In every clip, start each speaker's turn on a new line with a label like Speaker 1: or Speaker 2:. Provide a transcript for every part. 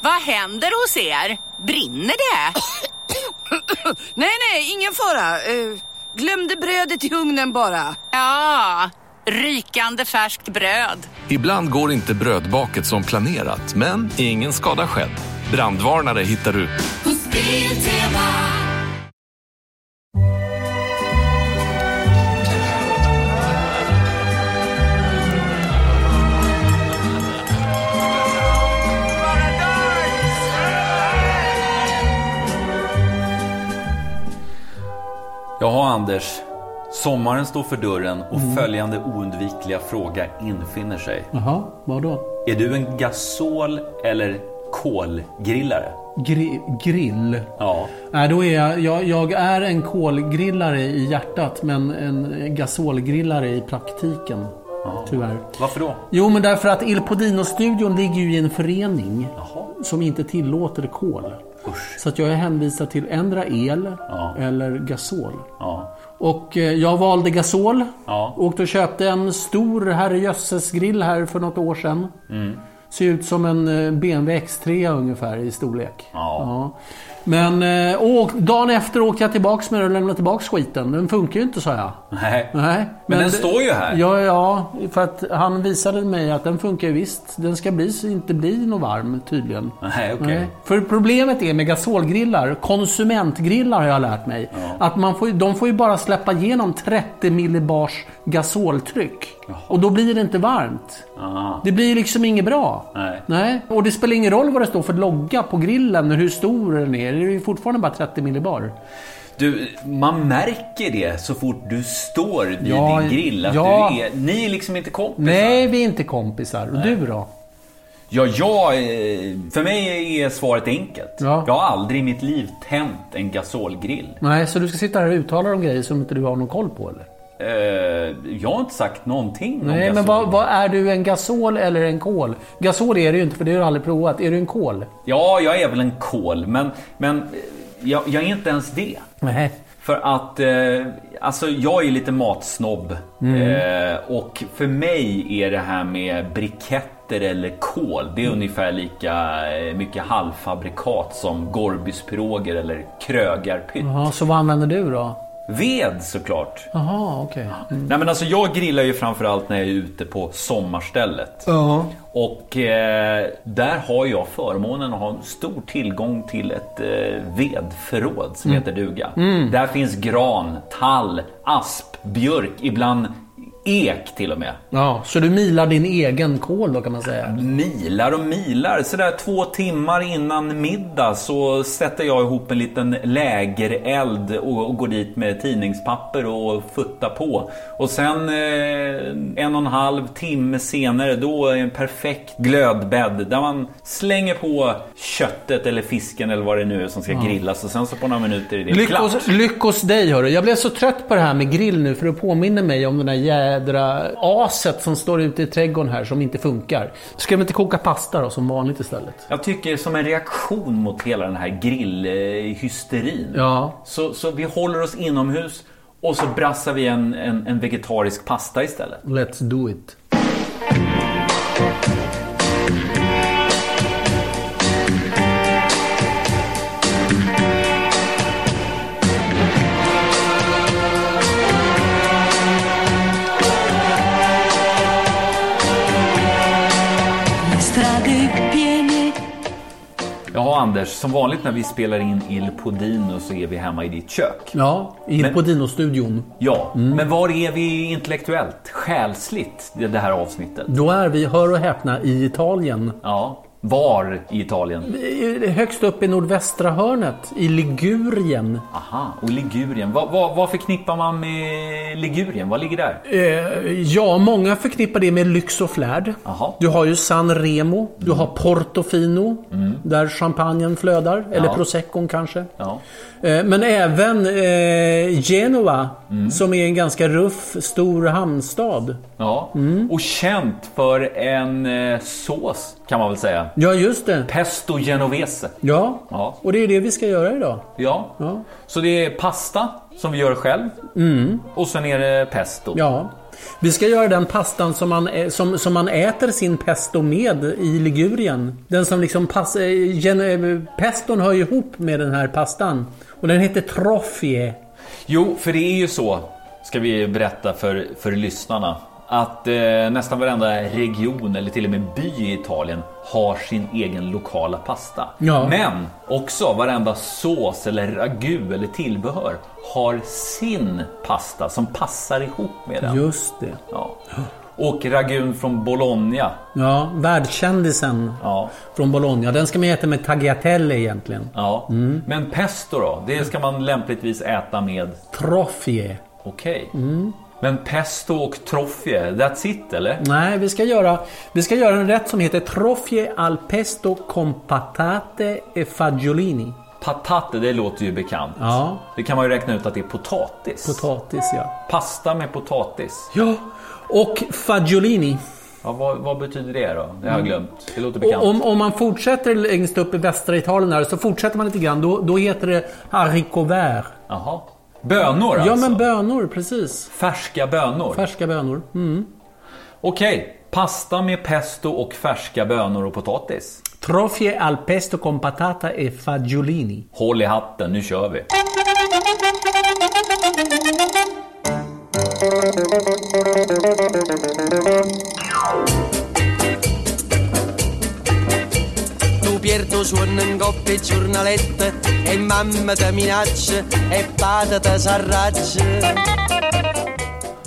Speaker 1: Vad händer hos er? Brinner det?
Speaker 2: Nej, nej, ingen fara. Eh, glömde brödet i ugnen bara.
Speaker 1: Ja, rykande färskt bröd.
Speaker 3: Ibland går inte brödbaket som planerat, men ingen skada skedd. Brandvarnare hittar du.
Speaker 4: Jaha Anders, sommaren står för dörren och
Speaker 5: Mm.
Speaker 4: följande oundvikliga fråga infinner sig.
Speaker 5: Jaha, vadå?
Speaker 4: Är du en gasol eller kolgrillare?
Speaker 5: Gri grill?
Speaker 4: Ja.
Speaker 5: Nej, då är jag, jag... Jag är en kolgrillare i hjärtat men en gasolgrillare i praktiken. Tyvärr.
Speaker 4: Varför då?
Speaker 5: Jo, men därför att Il Podino-studion ligger ju i en förening
Speaker 4: Jaha.
Speaker 5: som inte tillåter kol.
Speaker 4: Usch.
Speaker 5: Så att jag är hänvisad till ändra el eller gasol.
Speaker 4: Ja.
Speaker 5: Och eh, jag valde gasol.
Speaker 4: Ja.
Speaker 5: Åkte och köpte en stor herrejösses grill här för något år sedan.
Speaker 4: Mm.
Speaker 5: Ser ut som en eh, BMW X3 ungefär i storlek.
Speaker 4: Ja.
Speaker 5: Men eh, och dagen efter åkte jag tillbaks med den och lämnade tillbaks skiten. Den funkar ju inte sa jag.
Speaker 4: Nej.
Speaker 5: Nej,
Speaker 4: Men den
Speaker 5: det-
Speaker 4: står ju här.
Speaker 5: Ja, ja, för att han visade mig att den funkar ju visst. Den ska bli, inte bli något varm tydligen.
Speaker 4: Nej, okej.
Speaker 5: Nej. För problemet är med gasolgrillar, konsumentgrillar har jag lärt mig, att man får, ju- de får ju bara släppa igenom 30 millibars gasoltryck. Och då blir det inte varmt.
Speaker 4: Ah.
Speaker 5: Det blir liksom inget bra.
Speaker 4: Nej.
Speaker 5: Och det spelar ingen roll vad det står för logga på grillen, hur stor den är. Det är ju fortfarande bara 30 millibar.
Speaker 4: Du, man märker det så fort du står vid
Speaker 5: Ja,
Speaker 4: din grill. Att
Speaker 5: ja.
Speaker 4: du är, ni är liksom inte kompisar.
Speaker 5: Nej, vi är inte kompisar. Och du då?
Speaker 4: Ja, jag, eh, för mig är svaret enkelt.
Speaker 5: Ja.
Speaker 4: Jag har aldrig i mitt liv tänt en gasolgrill.
Speaker 5: Nej, så du ska sitta här och uttala de grejer som inte du har någon koll på eller?
Speaker 4: Eh, jag har inte sagt någonting om
Speaker 5: Nej, men
Speaker 4: gasol.
Speaker 5: vad, vad är du en gasol eller en kol? Gasol är det ju inte för det har du aldrig provat. Är du en kol?
Speaker 4: Ja, jag är väl en kol, men, men eh, jag, jag är inte ens det.
Speaker 5: Nej.
Speaker 4: För att, eh, alltså jag är lite matsnobb.
Speaker 5: Mm.
Speaker 4: Eh, och för mig är det här med briketter eller kol, det är
Speaker 5: Mm.
Speaker 4: ungefär lika eh, mycket halvfabrikat som gorbyspiroger eller krögarpytt.
Speaker 5: Jaha, så vad använder du då?
Speaker 4: Ved såklart.
Speaker 5: Jaha, okej.
Speaker 4: Nej men alltså jag grillar ju framförallt när jag är ute på sommarstället.
Speaker 5: Ja.
Speaker 4: Och eh, där har jag förmånen att ha en stor tillgång till ett eh, vedförråd som heter duga. Där finns gran, tall, asp, björk, ibland ek till och med.
Speaker 5: Ja, så du milar din egen kol då kan man säga?
Speaker 4: Milar och milar, sådär två timmar innan middag så sätter jag ihop en liten lägereld och, och går dit med tidningspapper och futtar på. Och sen eh, en och en halv timme senare då är en perfekt glödbädd där man slänger på köttet eller fisken eller vad det nu är som ska grillas och sen så på några minuter är det klart.
Speaker 5: Lyckos, lyckos dig hörru. Jag blev så trött på det här med grill nu för det påminner mig om den där jädra aset som står ute i trädgården här som inte funkar. Ska vi inte koka pasta då som vanligt istället?
Speaker 4: Jag tycker som en reaktion mot hela den här grillhysterin.
Speaker 5: Ja.
Speaker 4: Så, så vi håller oss inomhus och så brassar vi en, en, en vegetarisk pasta istället.
Speaker 5: Let's do it.
Speaker 4: Ja, Anders, som vanligt när vi spelar in Il Podino så är vi hemma i ditt kök.
Speaker 5: Ja, in
Speaker 4: Men-
Speaker 5: på Dinostudion.
Speaker 4: Ja, men var är vi intellektuellt, själsligt, i det här avsnittet?
Speaker 5: Då är vi, hör och häpna, i Italien.
Speaker 4: Ja, var i Italien?
Speaker 5: I- Högst upp i nordvästra hörnet, i Ligurien.
Speaker 4: Aha, och Ligurien. Vad, vad, vad förknippar man med Ligurien? Vad ligger där?
Speaker 5: Eh, Ja, många förknippar det med lyx och flärd.
Speaker 4: Jaha.
Speaker 5: Du har ju San Remo, du har Portofino, där champagnen flödar. Eller
Speaker 4: Mm. Ja.
Speaker 5: proseccon kanske.
Speaker 4: Ja.
Speaker 5: Eh, Men även eh, Genova,
Speaker 4: Mm.
Speaker 5: som är en ganska ruff, stor hamnstad.
Speaker 4: Ja, och känt för en eh, sås kan man väl säga.
Speaker 5: Ja, just det.
Speaker 4: Pesto genovese.
Speaker 5: Ja.
Speaker 4: Ja.
Speaker 5: och det är det vi ska göra idag.
Speaker 4: Ja.
Speaker 5: Ja.
Speaker 4: så det är pasta som vi gör själv och sen är det pesto.
Speaker 5: Mm. Ja. Vi ska göra den pastan som man, eh, som, som man äter sin pesto med i Ligurien. Den som liksom pass, eh, gen, eh, peston hör ju ihop med den här pastan. Och den heter trofie.
Speaker 4: Jo, för det är ju så, ska vi berätta för, för lyssnarna, att eh, nästan varenda region eller till och med by i Italien har sin egen lokala pasta.
Speaker 5: Ja.
Speaker 4: Men också varenda sås eller ragu eller tillbehör har sin pasta som passar ihop med den.
Speaker 5: Just det.
Speaker 4: Ja. Och ragun från Bologna.
Speaker 5: Ja, världskändisen
Speaker 4: Ja.
Speaker 5: från Bologna. Den ska man äta med tagliatelle egentligen.
Speaker 4: Ja.
Speaker 5: Mm.
Speaker 4: Men pesto då, det ska man lämpligtvis äta med
Speaker 5: Trofie.
Speaker 4: Okej.
Speaker 5: Mm.
Speaker 4: Men pesto och troffie, that's it eller?
Speaker 5: Nej, vi ska, göra, vi ska göra en rätt som heter Trofie al pesto con patate e fagiolini.
Speaker 4: Patate, det låter ju bekant.
Speaker 5: Ja.
Speaker 4: Det kan man ju räkna ut att det är potatis.
Speaker 5: Potatis, ja.
Speaker 4: Pasta med potatis.
Speaker 5: Ja, och fagiolini.
Speaker 4: Ja, vad, vad betyder det då? Det har jag glömt. Det låter bekant.
Speaker 5: Mm. Och om, om man fortsätter längst upp i västra Italien här, så fortsätter man lite grann. Då, då heter det haricot vert.
Speaker 4: Jaha. Bönor alltså?
Speaker 5: Ja, men bönor, precis.
Speaker 4: Färska bönor?
Speaker 5: Färska bönor. Mm.
Speaker 4: Okej. Pasta med pesto och färska bönor och potatis.
Speaker 5: Trofie al pesto con patata e fagiolini.
Speaker 4: Håll i hatten, nu kör vi.
Speaker 6: Tu Pierto suona in coppia e giornalette E mamma te minaccia E patata s'arraccia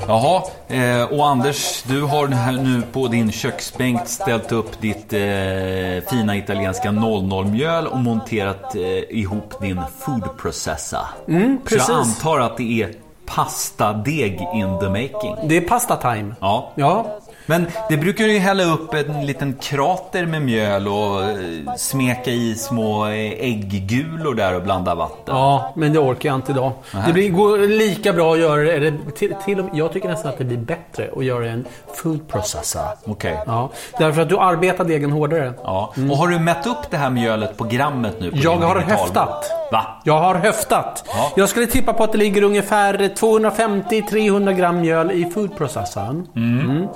Speaker 4: Jaha, eh, och Anders, du har här nu på din köksbänk ställt upp ditt eh, fina italienska 00-mjöl och monterat eh, ihop din food processor. Så
Speaker 5: Mm, precis.
Speaker 4: jag antar att det är pastadeg in the making.
Speaker 5: Det är pasta time.
Speaker 4: Ja.
Speaker 5: Ja,
Speaker 4: Men det brukar du ju hälla upp en liten krater med mjöl och eh, smeka i små eh, ägggulor där och blanda vatten.
Speaker 5: Ja, men det orkar jag inte idag. Det blir, går lika bra att göra det, eller till, till, och med- jag tycker nästan att det blir bättre att göra en food processor.
Speaker 4: Okej.
Speaker 5: Ja, därför att du arbetar degen hårdare.
Speaker 4: Ja. Och har du mätt upp det här mjölet på grammet nu? På
Speaker 5: Jag
Speaker 4: din
Speaker 5: har
Speaker 4: digital-
Speaker 5: höftat.
Speaker 4: Va?
Speaker 5: Jag har höftat.
Speaker 4: Ja.
Speaker 5: Jag skulle tippa på att det ligger ungefär 250-300 gram mjöl i food processorn. Mm.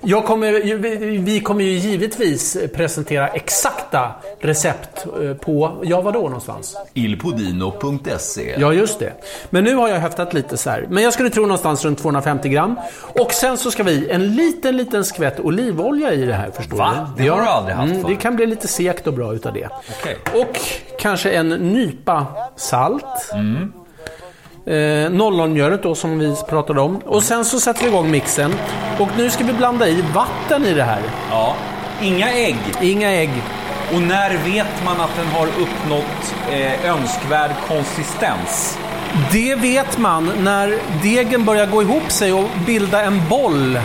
Speaker 5: Jag kommer, ju- vi- vi kommer ju givetvis presentera exakta recept eh, på, ja var då någonstans?
Speaker 4: Ilpodino.se
Speaker 5: Ja, just det. Men nu har jag höftat lite så här. Men jag skulle tro någonstans runt 250 gram. Och sen så ska vi en liten, liten skvätt olivolja i det här förstår
Speaker 4: Va?
Speaker 5: du.
Speaker 4: Det har du aldrig haft
Speaker 5: mm,
Speaker 4: förr.
Speaker 5: Det kan bli lite sekt och bra utav det.
Speaker 4: Okej.
Speaker 5: Och kanske en nypa salt. Eh, Nollonmjölet då som vi pratade om. Och sen så sätter vi igång mixen. Och nu ska vi blanda i vatten i det här.
Speaker 4: Ja. Inga ägg.
Speaker 5: Inga ägg.
Speaker 4: Och när vet man att den har uppnått eh, önskvärd konsistens?
Speaker 5: Det vet man när degen börjar gå ihop sig och bilda en boll.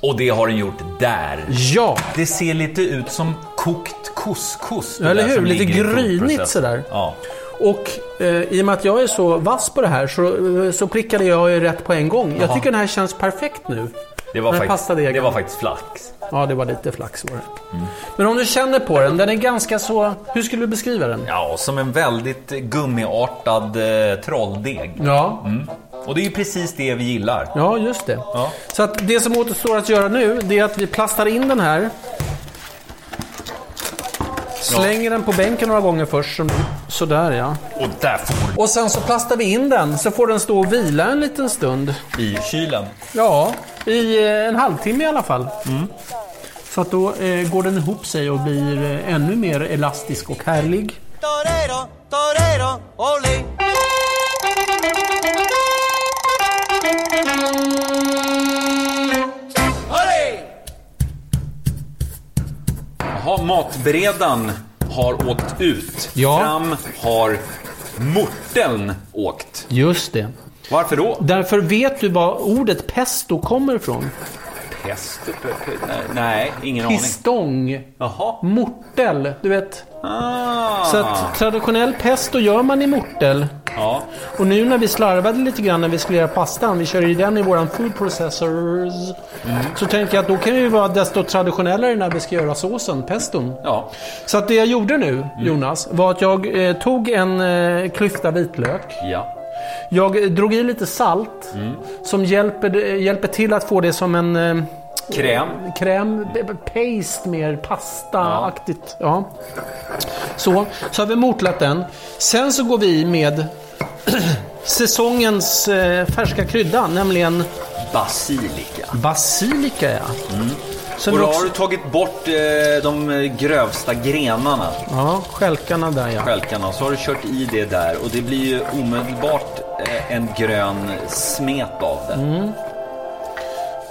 Speaker 4: Och det har den gjort där.
Speaker 5: Ja!
Speaker 4: Det ser lite ut som kokt couscous. det
Speaker 5: Ja, eller
Speaker 4: där
Speaker 5: hur?
Speaker 4: som
Speaker 5: Lite
Speaker 4: ligger i
Speaker 5: grynigt
Speaker 4: kokprocessen.
Speaker 5: sådär.
Speaker 4: Ja.
Speaker 5: Och eh, i och med att jag är så vass på det här så, eh, så prickade jag ju rätt på en gång. Jag tycker den här känns perfekt nu.
Speaker 4: Det var,
Speaker 5: den här
Speaker 4: faktiskt,
Speaker 5: pastadegen.
Speaker 4: det var Mm. faktiskt flax.
Speaker 5: Ja, det var lite flax var det. Men om du känner på den, den är ganska så... Hur skulle du beskriva den?
Speaker 4: Ja, som en väldigt eh, gummiartad eh, trolldeg. Mm.
Speaker 5: Ja,
Speaker 4: Och det är ju precis det vi gillar.
Speaker 5: ja just det.
Speaker 4: Ja.
Speaker 5: Så att det som återstår att göra nu, det är att vi plastar in den här. Slänger den på bänken några gånger först. som- Sådär ja.
Speaker 4: Och där får
Speaker 5: Och sen så plastar vi in den, så får den stå och vila en liten stund.
Speaker 4: du i kylen.
Speaker 5: Ja, i eh, en halvtimme i alla fall. Mm. Så att då eh, går den ihop sig och blir eh, ännu mer elastisk och härlig.
Speaker 6: Torero, torero, olé
Speaker 4: Jaha, matberedaren har åkt ut.
Speaker 5: Ja.
Speaker 4: Fram har morteln åkt.
Speaker 5: Just det.
Speaker 4: Varför då?
Speaker 5: Därför vet du var ordet pesto kommer ifrån?
Speaker 4: Pest? p- p- nej, Nej, ingen
Speaker 5: Pistong.
Speaker 4: aning. Jaha.
Speaker 5: Mortel, du vet.
Speaker 4: Ah.
Speaker 5: Så att traditionell pesto gör man i mortel.
Speaker 4: Ja.
Speaker 5: Och nu när vi slarvade lite grann när vi skulle göra pastan, vi körde ju den i våran food processors. Så tänker jag att då kan vi vara desto traditionellare när vi ska göra såsen, peston.
Speaker 4: ja.
Speaker 5: Så att det jag gjorde nu, Jonas, var att jag eh, tog en eh, klyfta vitlök.
Speaker 4: Ja.
Speaker 5: Jag drog i lite salt som hjälper, eh, hjälper till att få det som en eh,
Speaker 4: Kräm.
Speaker 5: kräm, b- b- paste mer, pastaaktigt. Ja. Så, så har vi motlat den. Sen så går vi med säsongens eh, färska krydda, nämligen
Speaker 7: Basilika.
Speaker 5: basilika. Ja.
Speaker 7: Mm.
Speaker 5: Sen
Speaker 7: Och då
Speaker 5: också-
Speaker 7: har du tagit bort eh, de eh, grövsta grenarna,
Speaker 5: Ja, stjälkarna där ja.
Speaker 7: stjälkarna, så har du kört i det där och det blir ju omedelbart eh, en grön smet av det.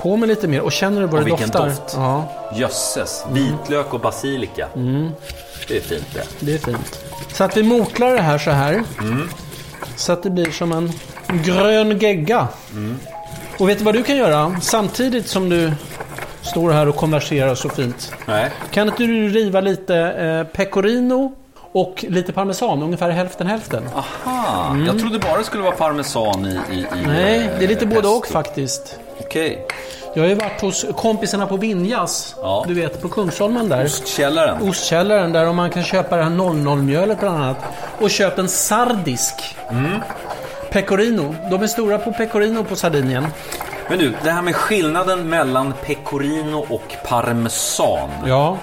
Speaker 5: På med lite mer och känner du vad
Speaker 7: Och
Speaker 5: det
Speaker 7: vilken
Speaker 5: doftar?
Speaker 7: doft.
Speaker 5: Ja,
Speaker 7: Jösses, vitlök och basilika.
Speaker 5: Mm.
Speaker 7: Det är fint det.
Speaker 5: det är fint. Så att vi motlar det här så här.
Speaker 7: Mm.
Speaker 5: Så att det blir som en grön gegga.
Speaker 7: Mm.
Speaker 5: Och vet du vad du kan göra? Samtidigt som du står här och konverserar så fint.
Speaker 7: Nej.
Speaker 5: Kan inte du riva lite eh, pecorino och lite parmesan, ungefär hälften hälften?
Speaker 7: Aha, jag trodde bara det skulle vara parmesan i... i, i
Speaker 5: Nej,
Speaker 7: eh,
Speaker 5: det är lite både
Speaker 7: pesto.
Speaker 5: och faktiskt.
Speaker 7: Okej,
Speaker 5: Jag har ju varit hos kompisarna på Vinjas,
Speaker 7: Ja.
Speaker 5: du vet på Kungsholmen där.
Speaker 7: ostkällaren.
Speaker 5: ostkällaren där om man kan köpa det här 00-mjölet bland annat. Och köp en sardisk. Pecorino. De är stora på pecorino på Sardinien.
Speaker 7: Men du, det här med skillnaden mellan pecorino och parmesan.
Speaker 5: Ja.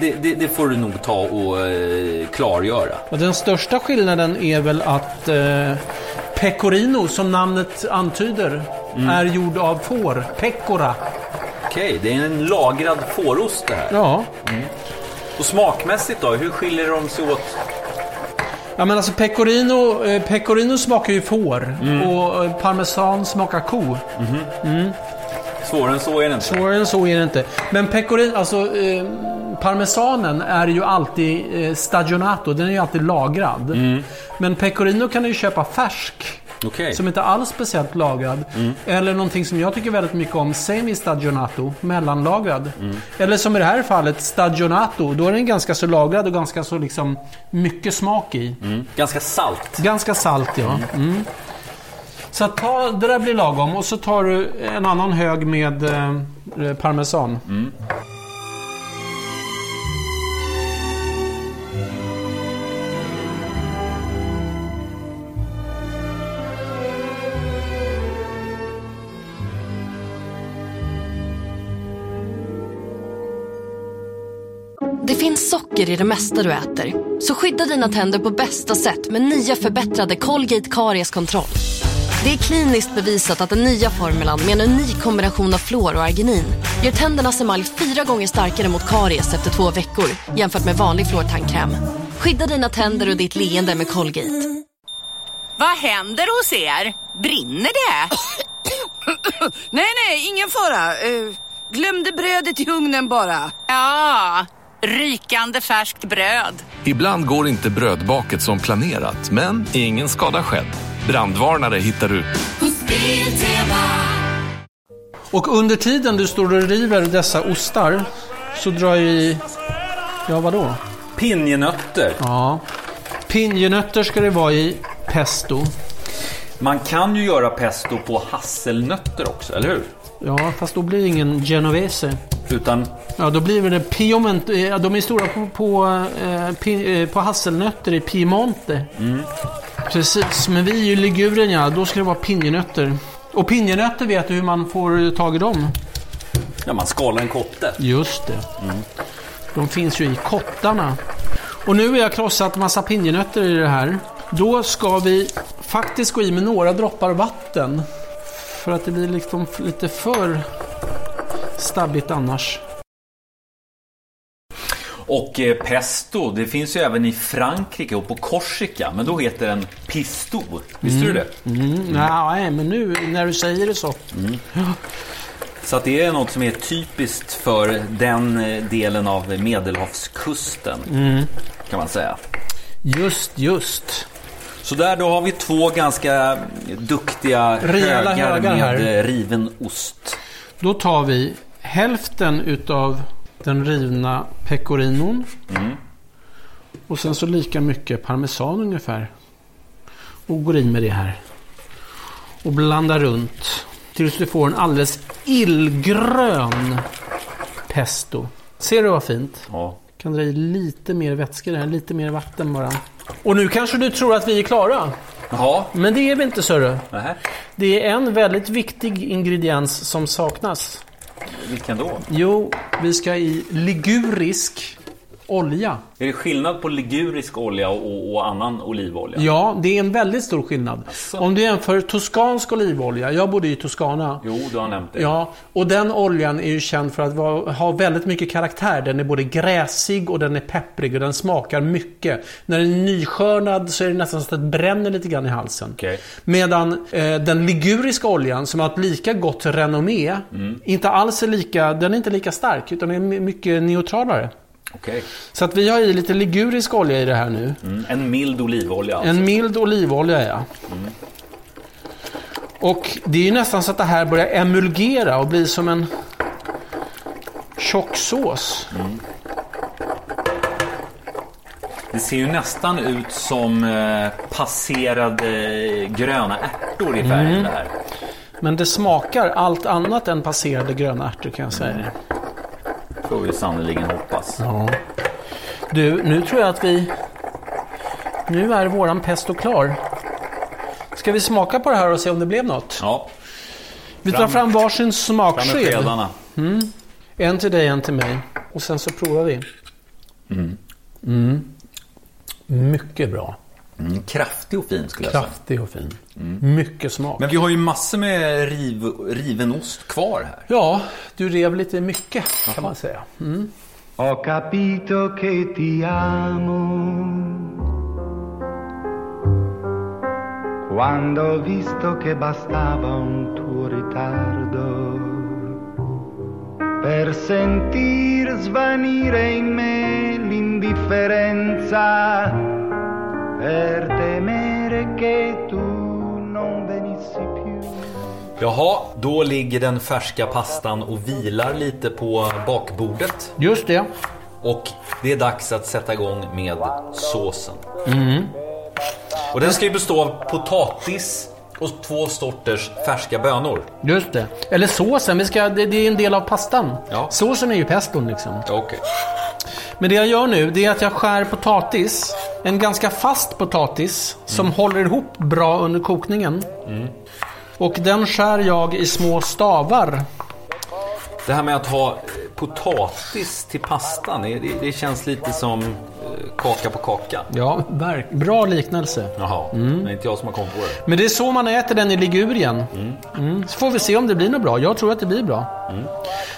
Speaker 7: Det, det, det får du nog ta och eh, klargöra.
Speaker 5: Och den största skillnaden är väl att eh, pecorino, som namnet antyder, är gjord av får. Pecora.
Speaker 7: Okej, det är en lagrad fårost det här.
Speaker 5: Ja.
Speaker 7: Och smakmässigt då, hur skiljer de sig åt?
Speaker 5: Ja men alltså pecorino, eh, pecorino smakar ju får och eh, parmesan smakar ko.
Speaker 7: Svårare än så är det inte.
Speaker 5: Svårare än så är det inte. Men pecorino, alltså eh, parmesanen är ju alltid eh, stagionato, den är ju alltid lagrad. Men pecorino kan du ju köpa färsk.
Speaker 7: Okej.
Speaker 5: Som inte alls speciellt lagrad. Eller någonting som jag tycker väldigt mycket om, semi-stagionato, mellanlagrad. Eller som i det här fallet, stagionato, då är den ganska så lagrad och ganska så liksom mycket smak i.
Speaker 7: Mm. Ganska salt.
Speaker 5: Ganska salt ja. Mm. Så att ta, det där blir lagom och så tar du en annan hög med eh, parmesan.
Speaker 8: Det finns socker i det mesta du äter. Så skydda dina tänder på bästa sätt med nya förbättrade Colgate Karieskontroll. Det är kliniskt bevisat att den nya formulan med en unik kombination av fluor och arginin gör tändernas emalj fyra gånger starkare mot karies efter två veckor jämfört med vanlig fluortandkräm. Skydda dina tänder och ditt leende med Colgate.
Speaker 1: Vad händer hos er? Brinner det?
Speaker 2: Nej, nej, ingen fara. Eh, glömde brödet i ugnen bara.
Speaker 1: Ja, rykande färskt bröd.
Speaker 3: Ibland går inte brödbaket som planerat, men ingen skada skedd. Brandvarnare hittar du.
Speaker 5: Och under tiden du står och river dessa ostar så drar jag i... Ja vadå?
Speaker 7: Pinjenötter.
Speaker 5: Ja. Pinjenötter ska det vara i pesto.
Speaker 7: Man kan ju göra pesto på hasselnötter också, eller hur?
Speaker 5: Ja fast då blir det ingen genovese.
Speaker 7: Utan
Speaker 5: Ja då blir det piment... eh, Ja, de är stora på, på, eh, pi, eh, på hasselnötter i Piemonte. Precis, men vi är ju i Ligurien ja, då ska det vara pinjenötter. Och pinjenötter vet du hur man får tag i dem?
Speaker 7: ja, man skalar en kotte.
Speaker 5: Just det. De finns ju i kottarna. Och nu har jag krossat massa pinjenötter i det här. Då ska vi faktiskt gå i med några droppar vatten. För att det blir liksom lite för stabbigt annars.
Speaker 4: Och eh, pesto, det finns ju även i Frankrike och på Korsika, men då heter den pisto. Visste du det?
Speaker 5: Mm. Nej, men nu när du säger det så.
Speaker 4: Så att det är något som är typiskt för den eh, delen av medelhavskusten,
Speaker 5: Mm.
Speaker 4: kan man säga.
Speaker 5: Just, just.
Speaker 4: Så där då har vi två ganska duktiga
Speaker 5: Rejäla
Speaker 4: högar
Speaker 5: högar
Speaker 4: med
Speaker 5: här.
Speaker 4: eh, riven ost.
Speaker 5: Då tar vi hälften utav den rivna pecorinon. Mm. Och sen så lika mycket parmesan ungefär. Och går in med det här. Och blandar runt. Tills du får en alldeles illgrön pesto. Ser du vad fint?
Speaker 4: Ja.
Speaker 5: Kan dra i lite mer vätska i det här, lite mer vatten bara. Och nu kanske du tror att vi är klara.
Speaker 4: Jaha.
Speaker 5: Men det är vi inte sörre.
Speaker 4: Nähä.
Speaker 5: Det är en väldigt viktig ingrediens som saknas.
Speaker 4: Vilken då?
Speaker 5: Jo, vi ska i ligurisk olja.
Speaker 4: Är det skillnad på ligurisk olja och, och annan olivolja?
Speaker 5: Ja, det är en väldigt stor skillnad. Om du jämför toskansk olivolja, jag bodde i Toscana.
Speaker 4: Jo, du har nämnt det.
Speaker 5: Ja, och den oljan är ju känd för att vara, ha väldigt mycket karaktär. Den är både gräsig och den är pepprig och den smakar mycket. När den är nyskörnad så är det nästan så att det bränner lite grann i halsen.
Speaker 4: Okej.
Speaker 5: Medan eh, den liguriska oljan som har ett lika gott renommé, inte alls är lika, den är inte lika stark utan är my- mycket neutralare.
Speaker 4: Okej.
Speaker 5: Så att vi har i lite ligurisk olja i det här nu.
Speaker 4: Mm. En mild olivolja alltså.
Speaker 5: En mild olivolja, ja. Och det är ju nästan så att det här börjar emulgera och bli som en tjock sås.
Speaker 4: Det ser ju nästan ut som eh, passerade eh, gröna ärtor i färgen
Speaker 5: Mm.
Speaker 4: det här.
Speaker 5: Men det smakar allt annat än passerade gröna ärtor kan jag säga.
Speaker 4: Får vi sannerligen hoppas.
Speaker 5: Ja. Du, nu tror jag att vi... Nu är våran pesto klar. Ska vi smaka på det här och se om det blev något?
Speaker 4: Ja,
Speaker 5: Vi tar fram varsin
Speaker 4: fram med
Speaker 5: smaksked.
Speaker 4: skedarna.
Speaker 5: En till dig, en till mig. Och sen så provar vi. Mm. Mycket bra.
Speaker 4: Mm, kraftig och fin skulle jag säga.
Speaker 5: Kraftig och fin. Mycket smak.
Speaker 7: Men vi har ju massor med riv, riven ost kvar här.
Speaker 5: Ja, du rev lite mycket kan man säga.
Speaker 9: Ho capito che ti amo. Quando ho visto che bastava un tuo ritardo per sentir svanire in me l'indifferenza, per temere che tu non venissi più.
Speaker 4: Jaha, då ligger den färska pastan och vilar lite på bakbordet.
Speaker 5: Just det.
Speaker 4: Och det är dags att sätta igång med såsen. Mm. Och den ska ju bestå av potatis och två sorters färska bönor.
Speaker 5: Just det. Eller såsen, vi ska, det, det är en del av pastan.
Speaker 4: Ja.
Speaker 5: Såsen är ju peston liksom.
Speaker 4: Okej.
Speaker 5: Men det jag gör nu, det är att jag skär potatis. En ganska fast potatis som håller ihop bra under kokningen. Och den skär jag i små stavar.
Speaker 4: Det här med att ha eh, potatis till pastan, det, det, det känns lite som eh, kaka på kaka. Mm.
Speaker 5: Ja, verk. Bra liknelse.
Speaker 4: Jaha, det är inte jag som har kommit på det.
Speaker 5: Men det är så man äter den i Ligurien. Mm. Så får vi se om det blir något bra. Jag tror att det blir bra.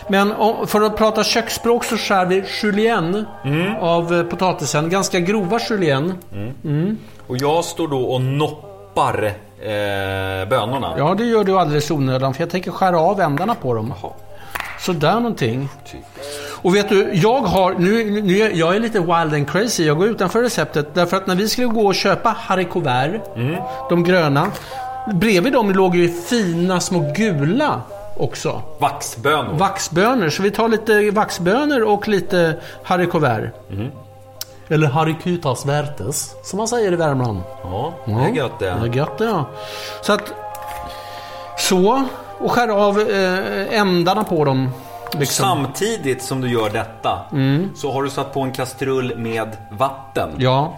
Speaker 5: Men om- för att prata köksspråk så skär vi julienne av eh, potatisen. Ganska grova julienne.
Speaker 4: Och jag står då och noppar eh, bönorna.
Speaker 5: Ja, det gör du alldeles onödan för jag tänker skära av ändarna på dem. Sådär någonting. Och vet du, jag har... Nu, nu, jag är lite wild and crazy. Jag går utanför receptet. Därför att när vi skulle gå och köpa haricots verts, de gröna. Bredvid dem låg ju fina små gula också.
Speaker 4: Vaxbönor.
Speaker 5: Vaxbönor. Så vi tar lite vaxbönor och lite haricots verts.
Speaker 4: Mhm.
Speaker 5: Eller haricutas vertes, som man säger i Värmland.
Speaker 4: Ja, det är gött
Speaker 5: Det är
Speaker 4: det.
Speaker 5: gött det ja. Så att... Så. Och skär av eh, ändarna på dem. Liksom. Mm.
Speaker 4: Samtidigt som du gör detta så har du satt på en kastrull med vatten.
Speaker 5: Ja.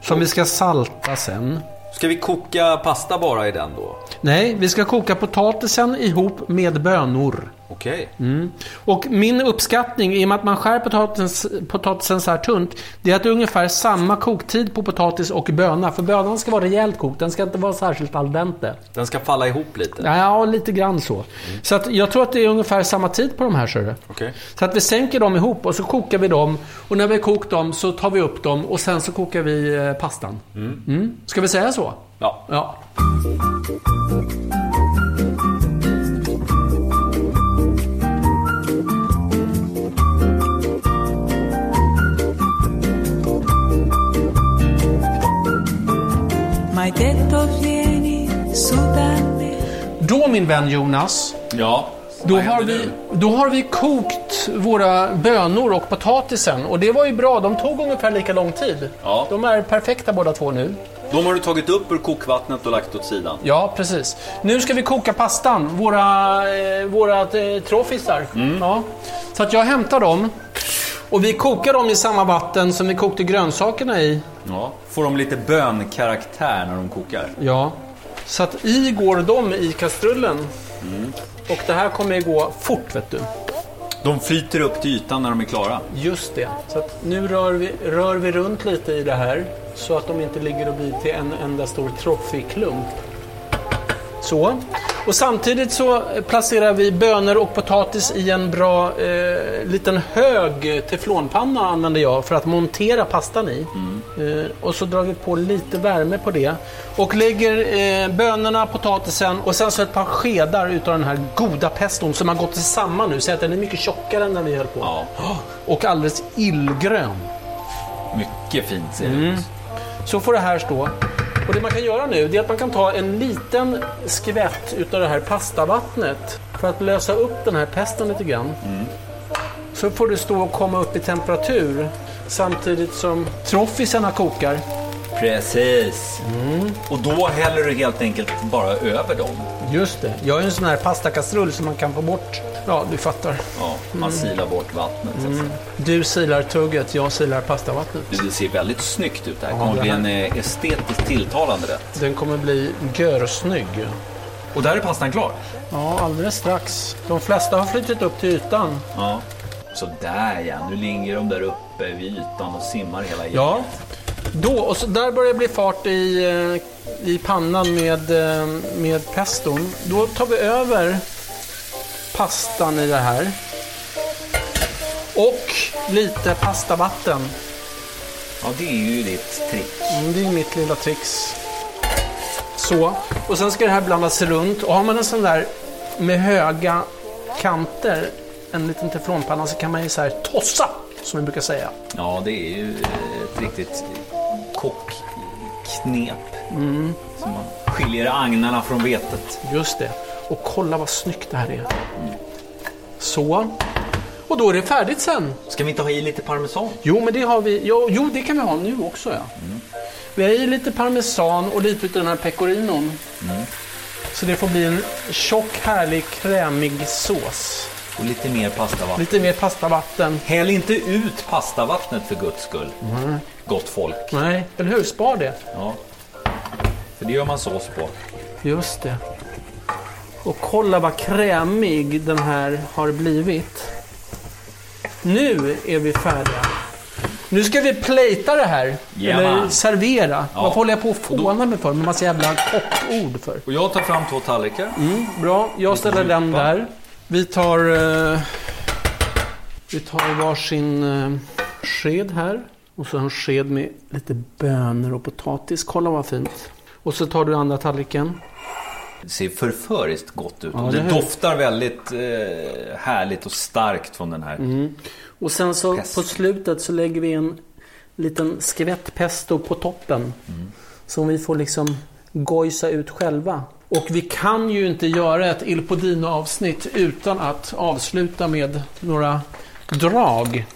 Speaker 5: Som vi ska salta sen.
Speaker 4: Ska vi koka pasta bara i den då?
Speaker 5: Nej, vi ska koka potatisen ihop med bönor.
Speaker 4: Okej.
Speaker 5: Mm. Och min uppskattning, i och med att man skär potatis, potatisen så här tunt, det är att det är ungefär samma koktid på potatis och böna. För bönan ska vara rejält kokt, den ska inte vara särskilt al dente.
Speaker 4: Den ska falla ihop lite.
Speaker 5: Ja, lite grann så. Så att jag tror att det är ungefär samma tid på de här, ser du.
Speaker 4: Okej.
Speaker 5: Så att vi sänker dem ihop och så kokar vi dem. Och när vi har kokt dem så tar vi upp dem och sen så kokar vi eh, pastan. Mm. Ska vi säga så?
Speaker 4: Ja.
Speaker 5: Ja.
Speaker 10: Mai detto vieni su da me
Speaker 5: Då min vän Jonas,
Speaker 4: Ja.
Speaker 5: då
Speaker 4: Vad
Speaker 5: har,
Speaker 4: händer
Speaker 5: vi,
Speaker 4: nu?
Speaker 5: då har vi kokt våra bönor och potatisen. Och det var ju bra, de tog ungefär lika lång tid.
Speaker 4: Ja.
Speaker 5: De är perfekta båda två nu.
Speaker 4: De har du tagit upp ur kokvattnet och lagt åt sidan.
Speaker 5: Ja, precis. Nu ska vi koka pastan, våra, eh, våra eh, trofisar. Ja. Så att jag hämtar dem. Och vi kokar dem i samma vatten som vi kokte grönsakerna i.
Speaker 4: Ja. Får de lite bönkaraktär när de kokar?
Speaker 5: Ja. Så att i går de i kastrullen. Och det här kommer ju gå fort vet du.
Speaker 4: De flyter upp till ytan när de är klara.
Speaker 5: Just det. Så att nu rör vi, rör vi runt lite i det här så att de inte ligger och blir till en enda stor troffig klump. Så. Och samtidigt så placerar vi bönor och potatis i en bra eh, liten hög teflonpanna använder jag för att montera pastan i. Eh, och så drar vi på lite värme på det. Och lägger eh, bönorna, potatisen och sen så ett par skedar utav den här goda peston som har gått samman nu. Så att den är mycket tjockare än när vi höll på. Och alldeles illgrön.
Speaker 4: Mycket fint ser det
Speaker 5: Mm.
Speaker 4: ut.
Speaker 5: Så får det här stå. Och det man kan göra nu det är att man kan ta en liten skvätt utav det här pastavattnet för att lösa upp den här pesten lite grann. Så får det stå och komma upp i temperatur samtidigt som troffisarna kokar.
Speaker 4: Precis.
Speaker 5: Mm.
Speaker 11: Och då häller du helt enkelt bara över dem.
Speaker 5: Just det. Jag har ju en sån här pastakastrull som man kan få bort. Ja, du fattar.
Speaker 4: Ja,
Speaker 5: Mm.
Speaker 4: man silar bort vattnet. så att säga.
Speaker 5: Du silar tugget, jag silar pastavattnet.
Speaker 4: Det ser väldigt snyggt ut. Det här kommer
Speaker 5: det
Speaker 4: bli
Speaker 5: här-
Speaker 4: en eh, estetiskt tilltalande rätt.
Speaker 5: Den kommer bli görsnygg.
Speaker 11: Och där är pastan klar.
Speaker 5: Ja, alldeles strax. De flesta har flyttat upp till ytan.
Speaker 4: Ja. Så där ja, nu ligger de där uppe vid ytan och simmar hela ja.
Speaker 5: Ja. Då, och så där börjar det bli fart i, eh, i pannan med, eh, med peston. Då tar vi över pastan i det här. Och lite pastavatten.
Speaker 4: ja, det är ju ditt trick.
Speaker 5: Mm, Det är mitt lilla trix. Så. Och sen ska det här blandas runt. Och har man en sån där med höga kanter, en liten teflonpanna, så kan man ju så här tossa, som vi brukar säga.
Speaker 4: Ja, det är ju eh, ett riktigt kockknep.
Speaker 11: Mm.
Speaker 4: Så man skiljer agnarna från vetet.
Speaker 5: Just det. Och kolla vad snyggt det här är. Så. Och då är det färdigt sen.
Speaker 4: Ska vi inte ha i lite parmesan?
Speaker 5: Jo, men det har vi. Jo, jo det kan vi ha nu också. Ja. Vi har i lite parmesan och lite utav den här pecorinon. Mm. Så det får bli en tjock, härlig, krämig sås.
Speaker 4: Och lite mer pastavatten.
Speaker 5: Lite mer pastavatten.
Speaker 4: Häll inte ut pastavattnet för guds skull.
Speaker 11: Mm.
Speaker 4: Gott folk.
Speaker 5: Nej, eller hur? Spar det.
Speaker 4: Ja. För det gör man sås på.
Speaker 5: Just det. Och kolla vad krämig den här har blivit. Nu är vi färdiga. Nu ska vi plejta det här.
Speaker 4: Jajamän.
Speaker 5: Eller servera.
Speaker 4: Ja.
Speaker 5: Varför håller jag på och fåna mig för med massa jävla kockord för?
Speaker 4: Och jag tar fram två tallrikar.
Speaker 5: Mm. Bra, jag ställer den där. Vi tar... Eh, vi tar varsin eh, sked här. Och så en sked med lite bönor och potatis. Kolla vad fint. Och så tar du andra tallriken.
Speaker 4: Det ser förföriskt gott ut. och
Speaker 5: det
Speaker 4: det
Speaker 5: är-
Speaker 4: doftar väldigt eh, härligt och starkt från den här.
Speaker 5: Mm. Och sen så
Speaker 4: Pesto.
Speaker 5: på slutet så lägger vi en liten skvätt pesto på toppen.
Speaker 4: Mm.
Speaker 5: Som vi får liksom gojsa ut själva. Och vi kan ju inte göra ett Il Podino avsnitt utan att avsluta med några drag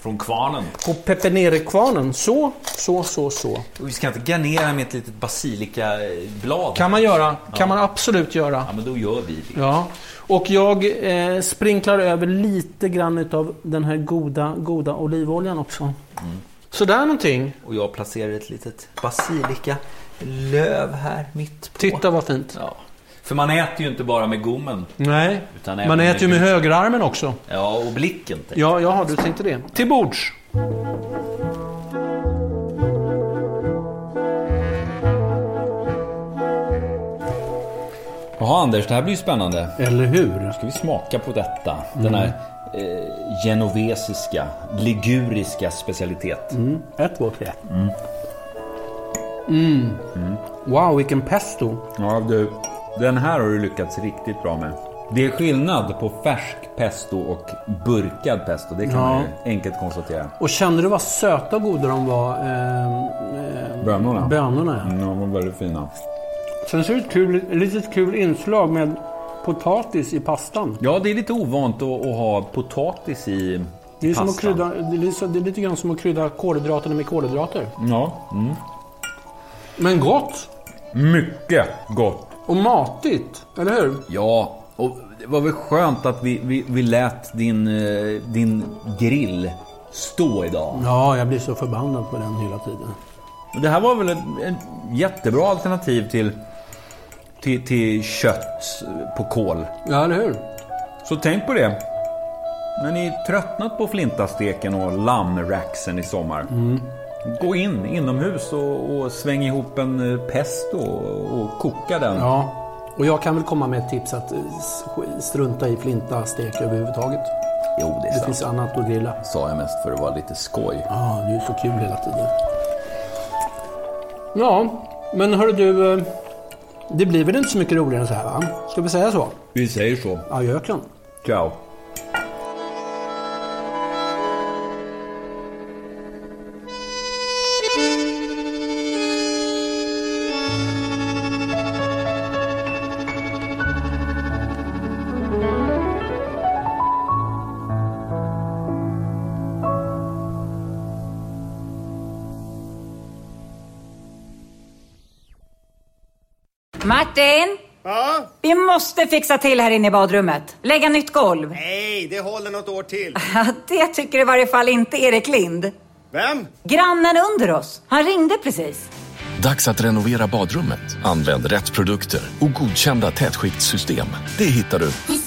Speaker 4: Från kvarnen.
Speaker 5: på pepenerekvarnen. Så, så, så, så.
Speaker 4: Och vi ska inte garnera med ett litet basilikablad.
Speaker 5: Kan man göra. Kan man absolut göra.
Speaker 4: Ja, men då gör vi det.
Speaker 5: Ja. Och jag eh, sprinklar över lite grann utav den här goda, goda olivoljan också.
Speaker 4: Mm.
Speaker 5: Sådär någonting.
Speaker 4: Och jag placerar ett litet basilikallöv här mitt på.
Speaker 5: Titta vad fint.
Speaker 4: Ja. För man äter ju inte bara med gommen.
Speaker 5: Nej,
Speaker 4: Utan
Speaker 5: man
Speaker 4: även
Speaker 5: äter ju
Speaker 4: med
Speaker 5: med högerarmen också.
Speaker 4: Ja, och blicken. tänker
Speaker 5: Ja, jaha, du tänkte det. Till bords!
Speaker 4: Jaha Anders, det här blir ju spännande.
Speaker 5: Eller hur?
Speaker 4: Ska vi smaka på detta?
Speaker 5: Mm.
Speaker 4: Den här eh, genovesiska, liguriska specialitet.
Speaker 5: Ett, två, tre. Mm. Wow, vilken pesto!
Speaker 4: Ja du, den här har du lyckats riktigt bra med. Det är skillnad på färsk pesto och burkad pesto. Det kan
Speaker 5: Ja.
Speaker 4: man ju enkelt konstatera.
Speaker 5: Och kände du vad söta och goda de var? ehm, ehm,
Speaker 4: Bönorna.
Speaker 5: Bönorna, ja.
Speaker 4: Mm, de var väldigt fina.
Speaker 5: Sen så är det ett kul, ett litet kul inslag med potatis i pastan.
Speaker 4: Ja, det är lite ovant att, att ha potatis i
Speaker 5: Det är, som att
Speaker 4: pastan.
Speaker 5: krydda, det, är, lite- det är lite grann som att krydda kolhydraterna med kolhydrater.
Speaker 4: Ja, mm.
Speaker 5: Men gott!
Speaker 4: mycket gott.
Speaker 5: Och matigt, eller hur?
Speaker 4: Ja, och det var väl skönt att vi, vi, vi lät din, eh, din grill stå idag.
Speaker 5: Ja, jag blir så förbannad på den hela tiden.
Speaker 4: Det här var väl ett, ett jättebra alternativ till, till, till kött på kol.
Speaker 5: Ja, eller hur?
Speaker 4: Så tänk på det. När ni tröttnat på flintasteken och lammracksen i sommar.
Speaker 5: Mm.
Speaker 4: Gå in inomhus och, och sväng ihop en eh, pesto och, och koka den.
Speaker 5: Ja. Och jag kan väl komma med ett tips att eh, s- strunta i flinta stek överhuvudtaget.
Speaker 4: Jo, det är
Speaker 5: Det
Speaker 4: sant.
Speaker 5: finns annat att grilla.
Speaker 4: Sa jag mest för att vara lite skoj.
Speaker 5: Ja, det är ju så kul hela tiden. Ja, men hör du. eh, Det blir väl inte så mycket roligare än så här va? Ska vi säga så?
Speaker 4: Vi säger så.
Speaker 5: Adjöken.
Speaker 4: Ciao.
Speaker 12: Martin! Vi måste fixa till här inne i badrummet. Lägga nytt golv.
Speaker 13: Nej, det håller något år till.
Speaker 12: Det tycker i varje fall inte Erik Lind.
Speaker 13: Vem?
Speaker 12: Grannen under oss. Han ringde precis.
Speaker 3: Dags att renovera badrummet. Använd rätt produkter och godkända tätskiktssystem. Det hittar du
Speaker 14: Hos